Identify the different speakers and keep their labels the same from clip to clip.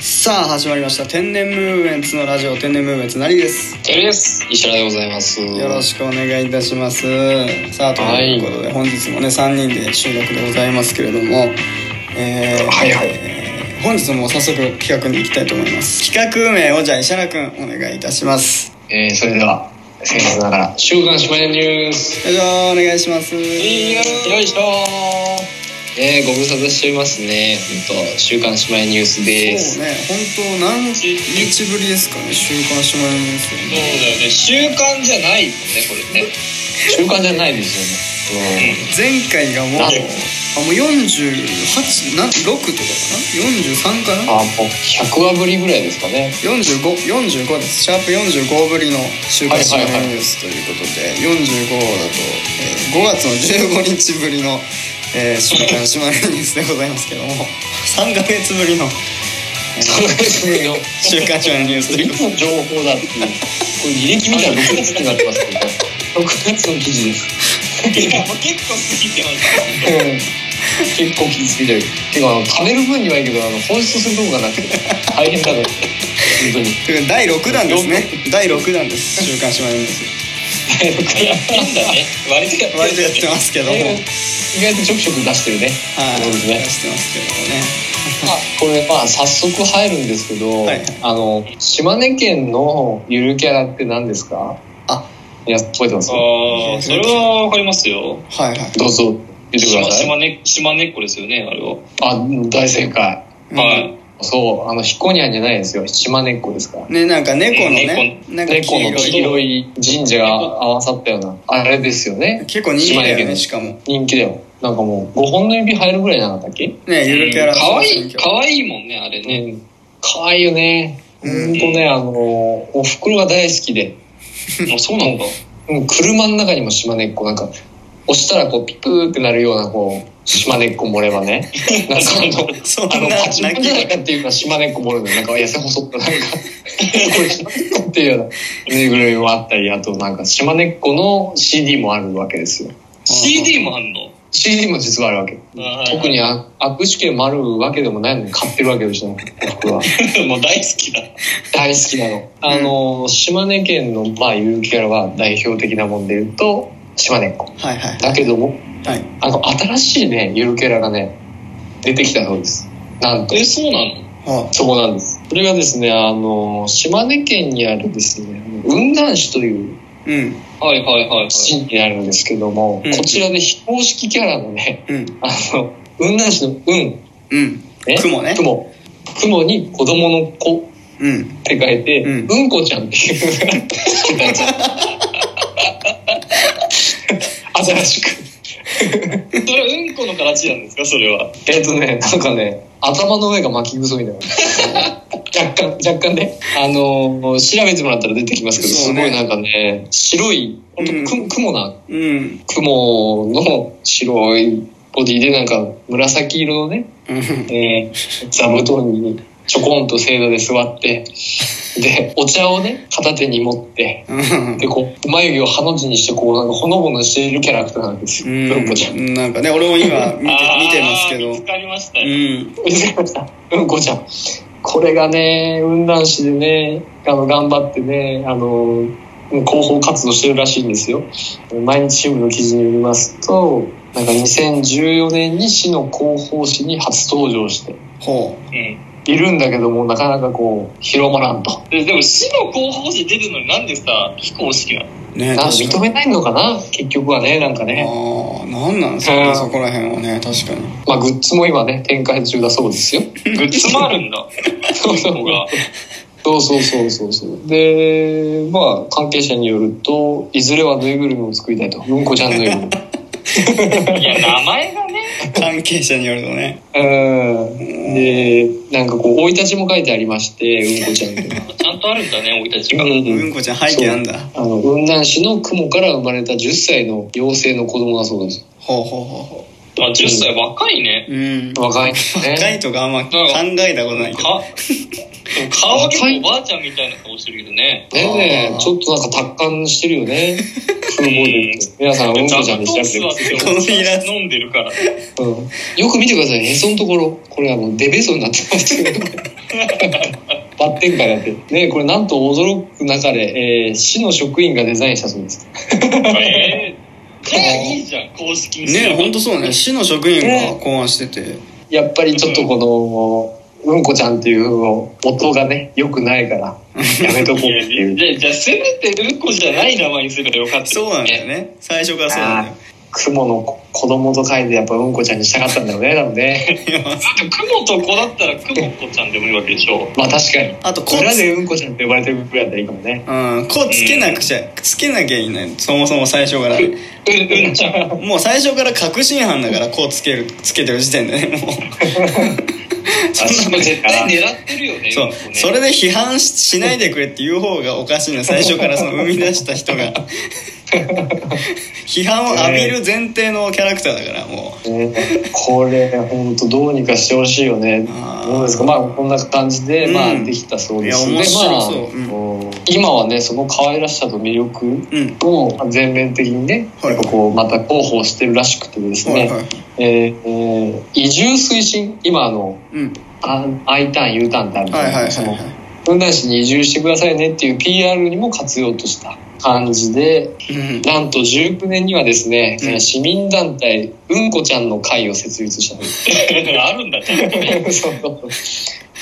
Speaker 1: さあ始まりました天然ムーブメンツのラジオ天然ムーブメンツなりです
Speaker 2: てるです石原でございます
Speaker 1: よろしくお願いいたしますさあということで、本日もね3人で収録でございますけれどもえー、
Speaker 2: はいはい
Speaker 1: えー本日も早速企画に行きたいと思います企画名をじゃあ石原くんお願いいたします
Speaker 2: えー、それでは先日ながら「週刊島根ニュース
Speaker 1: よいしょお願いします」
Speaker 2: よいしょえー、ご無沙汰しておりますねほんと「週刊島根ニュース」で
Speaker 1: そ
Speaker 2: す
Speaker 1: うね本当何日ぶりですかね週刊島根ニュース
Speaker 2: そうだよね週刊じゃないもんねこれね週刊じゃないですよね
Speaker 1: 前回がもうあ
Speaker 2: あ
Speaker 1: もう48な6とかかな43かな
Speaker 2: あもう100話ぶりぐらいですかね
Speaker 1: 45 45ですシャープ45ぶりの「週刊誌のニュース」ということで、45だと、えー5月の15日ぶりの「えー、週刊誌のニュース」でございますけども3ヶ月ぶりの
Speaker 2: 3ヶ月ぶりの
Speaker 1: 「週刊誌のニュース」ということで
Speaker 2: の情報だっていうこれ履歴見たら6月ってなってますけど6月の記事です
Speaker 3: いやもう結構過ぎてます
Speaker 2: 結構気付いてるてかあの食べる分にはいいけどあの放出するとこがなくて大変だから本当に
Speaker 1: ということで第6弾ですね第6弾です「週刊誌のニュース
Speaker 3: やってんだね割とや」
Speaker 1: 割とや
Speaker 3: っ
Speaker 1: っててますけどもはい
Speaker 2: 意外とちょくちょく出してるねそうです
Speaker 1: や
Speaker 2: ね
Speaker 1: ってますけどもね
Speaker 2: まあこれまあ早速入るんですけど、
Speaker 1: はい
Speaker 2: あの島根県のゆるキャラって何ですか
Speaker 1: あ
Speaker 2: 皆さん覚えてます
Speaker 3: ああそれはわかりますよ
Speaker 1: はいはい
Speaker 2: どうぞ言ってくだ
Speaker 3: 島
Speaker 2: さい
Speaker 3: 島根島根っこですよねあれは
Speaker 2: あ大正解
Speaker 3: はい
Speaker 2: そうあの彦にゃんじゃないですよ島根っこですから
Speaker 1: ねなんか猫のねなんか
Speaker 2: 猫
Speaker 1: 黄色
Speaker 2: の黄
Speaker 1: い
Speaker 2: 色い神社が合わさったようなあれですよね
Speaker 1: 結構人気だ
Speaker 2: 島根
Speaker 1: よね
Speaker 2: 県
Speaker 1: しかも
Speaker 2: 人気だよなんかもう5本の指入るぐらいじゃなかったっけ
Speaker 1: ねゆるキャラ
Speaker 3: かわいいかわいいもんねあれね
Speaker 2: ねかわいいよねほ
Speaker 1: うん
Speaker 2: んとねあのおふくろが大好きで
Speaker 3: あそうなん だ
Speaker 2: うん車の中にも島根っこなんか押したらこうピクーってなるようなこう島根っこ盛ればね なんかあの
Speaker 1: そんな
Speaker 2: あの
Speaker 1: 泣
Speaker 2: パチンコじゃない
Speaker 1: き
Speaker 2: かっていうのは島根っこ盛るのなんか痩せ細ったなんかこれ島根っこっていうようなぬいぐるみもあったりあとなんか島根っこの CD もあるわけですよ
Speaker 3: CD もあんの
Speaker 2: CD も実はあるわけ特にあ握手券もあるわけでもないのに買ってるわけでしょ僕は
Speaker 3: もう大好きだ
Speaker 2: 大好きなのあの島根県のまあ有機キャラは代表的なもんで言うと島根っ子
Speaker 1: はいはい
Speaker 2: だけども
Speaker 1: はい
Speaker 2: あの新しいねゆるキャラがね出てきたそうですなんと
Speaker 3: えそうなの
Speaker 1: は
Speaker 2: そこなんですそれがですねあの島根県にあるですね雲南市という
Speaker 1: いうん
Speaker 3: はいはいはいはい
Speaker 2: 市にあるんですけども、
Speaker 1: うん
Speaker 2: こちらで非公式キャラのね
Speaker 1: うん
Speaker 2: あの雲南市の雲
Speaker 1: うん
Speaker 2: ね
Speaker 1: 雲ね
Speaker 2: 雲雲に子供の子
Speaker 1: うん
Speaker 2: って書いて、
Speaker 1: う
Speaker 2: うんん、こちゃんっていう 新しく
Speaker 3: それはうんこの形なんですかそれは
Speaker 2: えっとねなんかね頭の上が巻きぐそ みたいな若干若干ねあのー調べてもらったら出てきますけど、
Speaker 1: そ
Speaker 2: す
Speaker 1: う
Speaker 2: ご
Speaker 1: ね
Speaker 2: いなんかね白いほんとく雲な
Speaker 1: うん
Speaker 2: 雲の白いボディでなんか紫色のね
Speaker 1: うん
Speaker 2: えー座布団にちょこんと正座で座ってでお茶をね片手に持って
Speaker 1: うん
Speaker 2: でこう眉毛をハの字にしてこうなんかほのぼのしているキャラクターなんですようんこちゃん
Speaker 1: うんなんかね俺も 今見て
Speaker 3: あー
Speaker 1: 見てますけ
Speaker 3: 見つ
Speaker 1: ど
Speaker 3: かりました
Speaker 1: う
Speaker 3: よ
Speaker 1: ん
Speaker 2: 見つかりましたうんこちゃんこれがね雲南市でねあの頑張ってねあの広報活動してるらしいんですよ毎日新聞の記事によりますとなんか2014年に市の広報誌に初登場して
Speaker 1: ほ
Speaker 3: うん
Speaker 2: いるんだけどもなかなかこう広まらんと
Speaker 3: ででも市の広報誌出てるのになんでさ非公式なの
Speaker 1: うね
Speaker 2: なんか
Speaker 1: 確か
Speaker 2: 認
Speaker 1: に
Speaker 2: めないのかな結局はねなんかね
Speaker 1: ああなんなんですかね
Speaker 2: うん
Speaker 1: そこら辺はね確か に
Speaker 2: まあグッズも今ね展開中だそうですよ
Speaker 3: グッズもあるん だ
Speaker 2: そうそ
Speaker 3: こが
Speaker 2: うそうそうそうそうでまあ関係者によるといずれはぬいぐるみを作りたいとうんこちゃん のように
Speaker 3: いや名前がね
Speaker 1: 関係者によるとね
Speaker 2: うんでなんかこう生い立ちも書いてありましてうんこちゃんとか
Speaker 3: ちゃんとあるんだね生い立ちが
Speaker 1: う
Speaker 2: うん
Speaker 1: こちゃん背景なんだ
Speaker 2: あの雲南市の雲から生まれた10歳の妖精の子供だそうです
Speaker 1: ほうほうほうほ
Speaker 3: あ10歳若いね
Speaker 1: ううん
Speaker 2: 若いですね
Speaker 1: 若いとかあんま考えたことないけど
Speaker 3: か顔は結構おばあちゃんみたいな顔してるけどね
Speaker 2: ねえ
Speaker 1: あー
Speaker 2: ちょっとなんか達観してる よね風貌で皆さんうんこ
Speaker 3: 座
Speaker 2: ちゃん
Speaker 3: 布
Speaker 2: で調べ
Speaker 3: 団
Speaker 2: てく
Speaker 3: 座
Speaker 2: だ
Speaker 3: っ
Speaker 2: さい
Speaker 3: てお茶飲んでるから
Speaker 2: うんよく見てくださいへそのところこれあのデベソになってますけどバッテン会やって。ねこれなんと驚く中で、えー市の職員がデザインしたそうです。
Speaker 3: えー、じゃあいいじゃん、公式にすれ
Speaker 1: ね
Speaker 3: ば。
Speaker 1: 本当そうね市の職員が考案してて
Speaker 2: やっぱりちょっとこの、うんこちゃんっていう音がね、良くないから、やめとこうって
Speaker 3: いや
Speaker 2: いう。
Speaker 3: じゃあ、じゃあせめてうんこじゃない名前にすればよかった、
Speaker 1: そうなんだよね最初からそうなんだよ
Speaker 2: 雲の子子供と書いてやっぱうんこちゃんにしたかったんだろうね、多分ね。
Speaker 3: だって、雲と子だったら、雲子ちゃんでもいいわけでしょ。
Speaker 2: まあ確かに。
Speaker 1: あとこ
Speaker 2: 裏
Speaker 1: つ
Speaker 2: でうんこちゃんって呼ばれてるくらいだったらいいかもね。
Speaker 1: うん、こうつけなくちゃ、つけなきゃいけないそもそも最初から
Speaker 3: うん、うんちゃん。
Speaker 1: もう最初から確信犯だからこうつけるつけてる時点で ねもう
Speaker 3: あしかも絶対狙ってるよね。
Speaker 1: そう
Speaker 3: うんこね
Speaker 1: それで批判ししないでくれって言う方がおかしいの最初からその生み出した人 が批判を浴びる前提のキャラクターだからも
Speaker 2: ね これ本当どうにかしてほしいよね
Speaker 1: あー
Speaker 2: どうですかまあこんな感じで、
Speaker 1: うん
Speaker 2: まあできたそうです
Speaker 1: いや面白そう
Speaker 2: でまあ
Speaker 1: う
Speaker 2: 今はねその可愛らしさと魅力
Speaker 1: ううん
Speaker 2: を全面的にね、
Speaker 1: はい
Speaker 2: やっぱこうまた広報してるらしくてです
Speaker 1: はい
Speaker 2: ね、
Speaker 1: はい
Speaker 2: えーえー移住推進今あの
Speaker 1: うん
Speaker 2: あ I ターン U ターンってあるじゃ
Speaker 1: はいはい
Speaker 2: な
Speaker 1: は
Speaker 2: い
Speaker 1: い
Speaker 2: ですか、
Speaker 1: は
Speaker 2: 雲南市に移住してくださいねっていう PR にも活用とした感じで
Speaker 1: いうん
Speaker 2: なんと19年にはですね、
Speaker 1: うん
Speaker 2: 市民団体うんこちゃんの会を設立したんです
Speaker 3: あるんだちゃ んとね。
Speaker 2: そう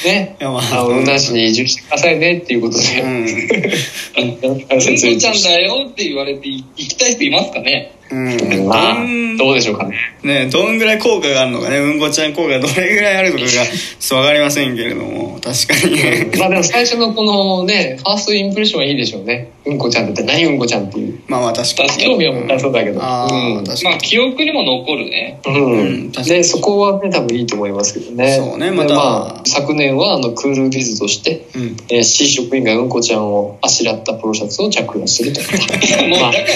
Speaker 2: ね。
Speaker 1: いやまあ
Speaker 2: あの、うなしに移住してくださいねっていうこと
Speaker 1: う
Speaker 2: で、
Speaker 1: ん
Speaker 3: うんこ
Speaker 2: 説明
Speaker 3: ちゃん
Speaker 2: し
Speaker 3: だよって言われてい行きたい人いますかね
Speaker 1: うん
Speaker 2: まあ
Speaker 1: どん、
Speaker 2: どうでしょうかね。
Speaker 1: ねどんぐらい効果があるのかねうんこちゃん効果どれぐらいあるの かがちょっと分かりませんけれども確かにね
Speaker 2: まあでも最初のこのね、ファーストインプレッションはいいでしょうね。うんこちゃんだって何うんこちゃんっていう。
Speaker 1: まあまあ確かに
Speaker 2: 興味を持たれそうだけど。
Speaker 1: ああ、確
Speaker 3: ま
Speaker 1: か
Speaker 3: あ記憶にも残るね。
Speaker 2: うん。う
Speaker 1: うん
Speaker 2: ん
Speaker 1: 確かに
Speaker 2: で、そこはね、多分いいと思いますけどね。
Speaker 1: そうねまた
Speaker 2: であ昨年は、あの、クールビズとして、
Speaker 1: に。うん。
Speaker 2: えー、市職員がうんこちゃんをあしらったプロシャツを着用すると。
Speaker 3: もうだ
Speaker 2: ま
Speaker 3: か
Speaker 2: あ
Speaker 3: ら、公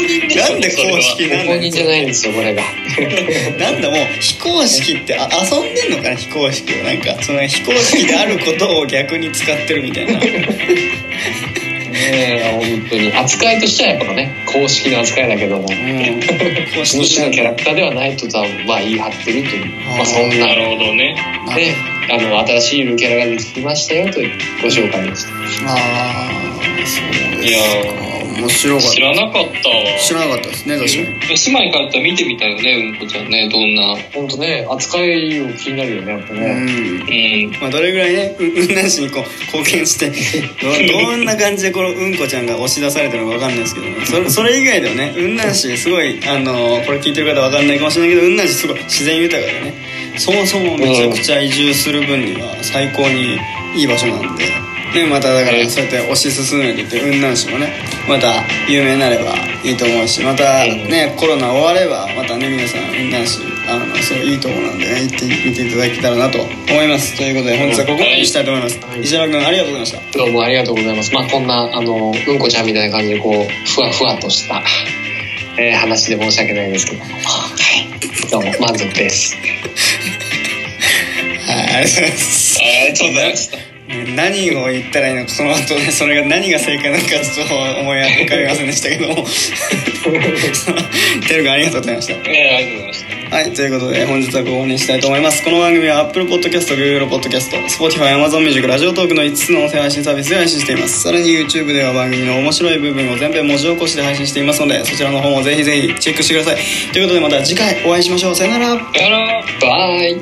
Speaker 3: 認でしょ
Speaker 1: なんで公式な
Speaker 2: 本
Speaker 1: んだ
Speaker 2: 人じゃ
Speaker 1: よ
Speaker 2: ないんですよ、これが。
Speaker 1: なんだもう非公式ってあ遊んでんのかな非公式をなんかその非公式であることを逆に使ってるみたいな
Speaker 2: ねえ本当に扱いとしてはやっぱね公式の扱いだけども
Speaker 1: うん公
Speaker 2: その
Speaker 1: 式
Speaker 2: 種のキャラクターではないと多分まあ言い張ってるという
Speaker 1: あー
Speaker 2: まあ、そんな
Speaker 3: な
Speaker 2: ね
Speaker 3: るほどね。
Speaker 2: あの新しいゆるキャラができましたよというご紹介でした
Speaker 1: ああそう
Speaker 3: い
Speaker 1: ですか
Speaker 3: や
Speaker 1: 面白かっ
Speaker 3: 知らなかったわ。
Speaker 1: た知らなかったですね確かに
Speaker 3: 姉妹からやったら見てみたいよね、うんこちゃんね。どんな。
Speaker 2: 本当ね扱いを気になるよねやっぱね、
Speaker 1: うん
Speaker 3: うん。
Speaker 1: まあどれぐらいねううんなしにこう貢献してどどんな感じでこのうんこちゃんが押し出されたのかわかんないですけどねそれそれ以外ではねうんなしすごいあのこれ聞いてる方わかんないかもしれないけどうんなしすごい自然豊かでねそもそもめちゃくちゃ移住する分には最高にいい場所なんで。ね、まただからそうやって推し進めてって雲南市もねまた有名になればいいと思うしまたねコロナ終わればまたね皆さん雲南市あのそういいとこなんでね行ってみていただけたらなと思いますということで本日はここまでにしたいと思います
Speaker 2: はい
Speaker 1: 石原君ありがとうございました
Speaker 2: どうもありがとうございますまあこんなあのうんこちゃんみたいな感じでこうふわふわとした、えー話で申し訳ないですけどもはいどうも満足です
Speaker 1: はいあ りがとうございます
Speaker 3: あーちょっと待って
Speaker 1: ね何を言ったらいいのかその後ねそれが何が正解なのかちょっと思い浮かびませんでしたけども てるくんありがとうございました
Speaker 3: えーありがとうございました。
Speaker 1: はい、ということで本日はここにしたいと思います。この番組は Apple Podcast、Google Podcast、Spotify、Amazon Music、ラジオトークの5つの音声配信サービスで配信しています。さらに YouTube では番組の面白い部分を全編文字起こしで配信していますので、そちらの方もぜひぜひチェックしてください。ということでまた次回お会いしましょう。さよなら。
Speaker 3: さよなら
Speaker 2: バイ